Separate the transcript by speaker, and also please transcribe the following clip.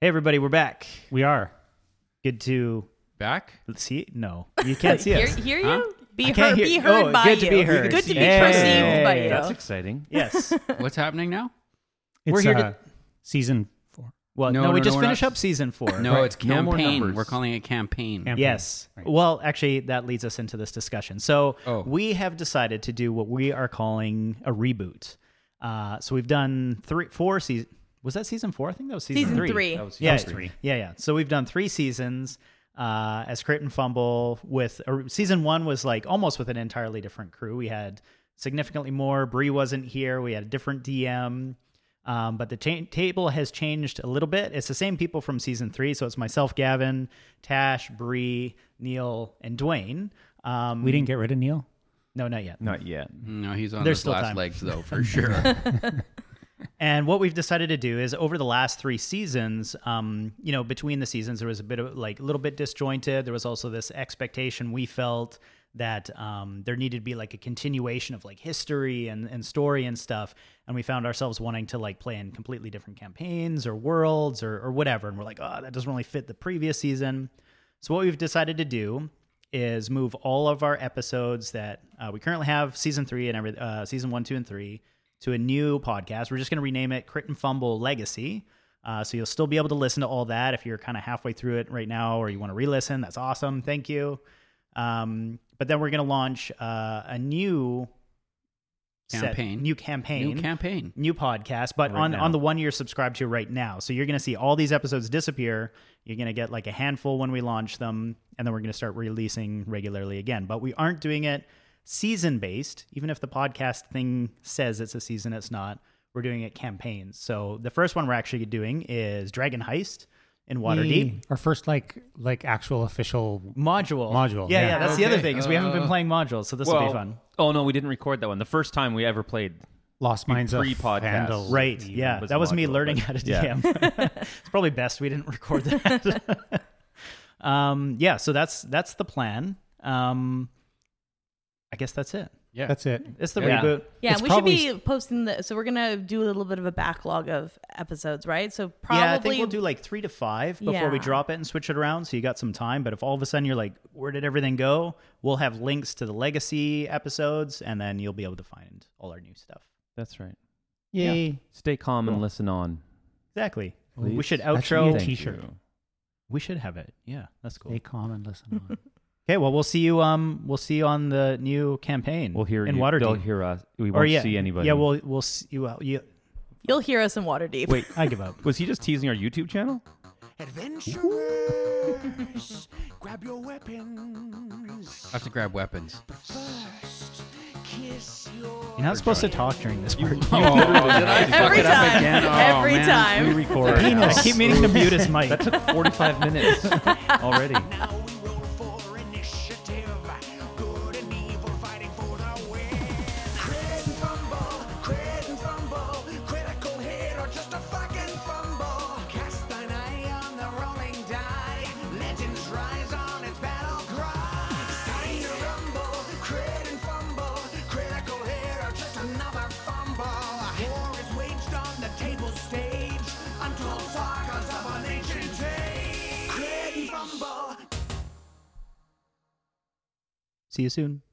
Speaker 1: Hey, everybody, we're back.
Speaker 2: We are.
Speaker 1: Good to
Speaker 3: Back?
Speaker 1: see. No, you can't see
Speaker 4: Hear,
Speaker 1: us.
Speaker 4: hear
Speaker 3: Huh?
Speaker 4: you? Be
Speaker 1: I can't
Speaker 4: heard,
Speaker 1: hear-
Speaker 4: be heard
Speaker 1: oh,
Speaker 4: by
Speaker 1: good to
Speaker 4: you.
Speaker 1: be heard.
Speaker 4: Good to be
Speaker 1: Hey.
Speaker 4: perceived by you.
Speaker 1: That's
Speaker 2: exciting.
Speaker 1: Yes.
Speaker 3: What's happening now?
Speaker 2: We're here
Speaker 1: uh,
Speaker 2: to season four.
Speaker 1: Well, no,
Speaker 3: No,
Speaker 1: we
Speaker 3: no, no,
Speaker 1: just
Speaker 3: we're
Speaker 1: finished
Speaker 3: not-
Speaker 1: up season four.
Speaker 3: No, it's
Speaker 2: No more
Speaker 3: campaign.
Speaker 2: numbers.
Speaker 3: We're calling it campaign.
Speaker 2: Camp-
Speaker 1: Yes.
Speaker 2: Right.
Speaker 1: Well, actually, that leads us into this discussion. So
Speaker 3: Oh.
Speaker 1: we have decided to do what we are calling a reboot. Uh, so we've done three, four season. Was that season four? I think that was season,
Speaker 4: Season
Speaker 1: three.
Speaker 4: three.
Speaker 1: Yeah,
Speaker 2: was Oh, three.
Speaker 1: Yeah, yeah. So we've done three seasons uh, as Crit and Fumble. With or season one was like almost with an entirely different crew. We had significantly more. Bree wasn't here. We had a different DM. Um, but the ta- table has changed a little bit. It's the same people from season three, so it's myself, Gavin, Tash, Bree, Neil, and Dwayne. Um,
Speaker 2: We didn't get rid of Neil.
Speaker 1: no, not yet.
Speaker 5: Not yet.
Speaker 3: No, he's on
Speaker 1: There's
Speaker 3: his
Speaker 1: still
Speaker 3: last
Speaker 1: time.
Speaker 3: legs though, for sure.
Speaker 1: And what we've decided to do is over the last three seasons, um, you know, between the seasons, there was a bit of like a little bit disjointed. There was also this expectation we felt that um, there needed to be like a continuation of like history and, and story and stuff. And we found ourselves wanting to like play in completely different campaigns or worlds or, or whatever. And we're like, oh, that doesn't really fit the previous season. So what we've decided to do is move all of our episodes that uh, we currently have, season three and every uh, season one, two, and three, to a new podcast. We're just going to rename it Crit and Fumble Legacy. Uh, so you'll still be able to listen to all that if you're kind of halfway through it right now, or you want to re-listen. That's awesome. Thank you. Um, but then we're going to launch uh, a new set-
Speaker 3: Campaign.
Speaker 1: new campaign,
Speaker 3: New campaign.
Speaker 1: new podcast, but
Speaker 2: Right
Speaker 1: on,
Speaker 2: now.
Speaker 1: on the one you're subscribed to right now. So you're going to see all these episodes disappear. You're going to get like a handful when we launch them, and then we're going to start releasing regularly again. But we aren't doing it season based, even if the podcast thing says it's a season, it's not. We're doing it campaigns. So the first one we're actually doing is Dragon Heist in Waterdeep.
Speaker 2: Yay. Our first like like actual official.
Speaker 1: Module.
Speaker 2: Module,
Speaker 1: Yeah, yeah.
Speaker 2: yeah.
Speaker 1: that's the other
Speaker 3: Okay.
Speaker 1: thing is we haven't been
Speaker 3: Uh,
Speaker 1: playing modules, so this will be fun.
Speaker 5: Oh no, we didn't record that one. The first time we ever played.
Speaker 2: Lost Minds of
Speaker 5: Pre-podcast.
Speaker 2: Fandle.
Speaker 1: Right.
Speaker 2: Even
Speaker 1: Yeah.
Speaker 5: was
Speaker 1: That was me
Speaker 5: module,
Speaker 1: learning
Speaker 5: but-
Speaker 1: how to
Speaker 5: yeah.
Speaker 1: DM. it's probably best we didn't record that. um, yeah. So that's that's the plan. Um, I guess that's it.
Speaker 3: Yeah.
Speaker 2: That's it.
Speaker 1: It's the
Speaker 5: Yeah.
Speaker 1: reboot.
Speaker 4: Yeah,
Speaker 2: It's
Speaker 4: we
Speaker 2: probably-
Speaker 4: should be posting the. So we're gonna do a little bit of a backlog of episodes, right? So probably
Speaker 1: yeah, I think we'll do like three to five before we
Speaker 4: Yeah.
Speaker 1: drop it and switch it around. So you got some time. But if all of a sudden you're like, where did everything go? We'll have links to the legacy episodes, and then you'll be able to find all our new stuff.
Speaker 5: That's right.
Speaker 2: Yay.
Speaker 5: Stay calm and
Speaker 1: Cool.
Speaker 5: listen on.
Speaker 1: Exactly. We
Speaker 2: Please.
Speaker 1: should
Speaker 2: That should be a
Speaker 1: outro.
Speaker 2: t- t-shirt.
Speaker 5: you.
Speaker 1: we should have it. Yeah, that's cool.
Speaker 2: Stay calm and listen on.
Speaker 1: Okay, well, we'll see you. Um, we'll see you on the new campaign.
Speaker 5: We'll hear
Speaker 1: in
Speaker 5: you. They'll
Speaker 1: Waterdeep.
Speaker 5: hear us. We
Speaker 1: Or
Speaker 5: won't
Speaker 1: yeah,
Speaker 5: see anybody.
Speaker 1: Yeah, we'll we'll see you. Well, you
Speaker 4: You'll hear us in Waterdeep.
Speaker 5: Wait.
Speaker 1: I give up.
Speaker 5: Was he just teasing our YouTube channel?
Speaker 6: Adventurers, grab your weapons.
Speaker 3: I have to grab weapons.
Speaker 6: First, kiss your.
Speaker 1: You're not supposed to talk during this part.
Speaker 3: Oh, did I
Speaker 4: Every time.
Speaker 3: Oh,
Speaker 1: Oh,
Speaker 4: Every time.
Speaker 3: We record.
Speaker 1: I keep meaning to mute his mic.
Speaker 5: That took 45 minutes already.
Speaker 6: Now we roll for initiative. Good and evil fighting for the win. Crit and fumble, crit and fumble. Critical hit or just a fucking fumble. Cast thine eye on the rolling die. Legends rise on its battle cry. Time to rumble, crit and fumble. Critical hit or just another fumble. War is waged on the table stage. Until sagas of an ancient day. Crit and fumble.
Speaker 1: See you soon.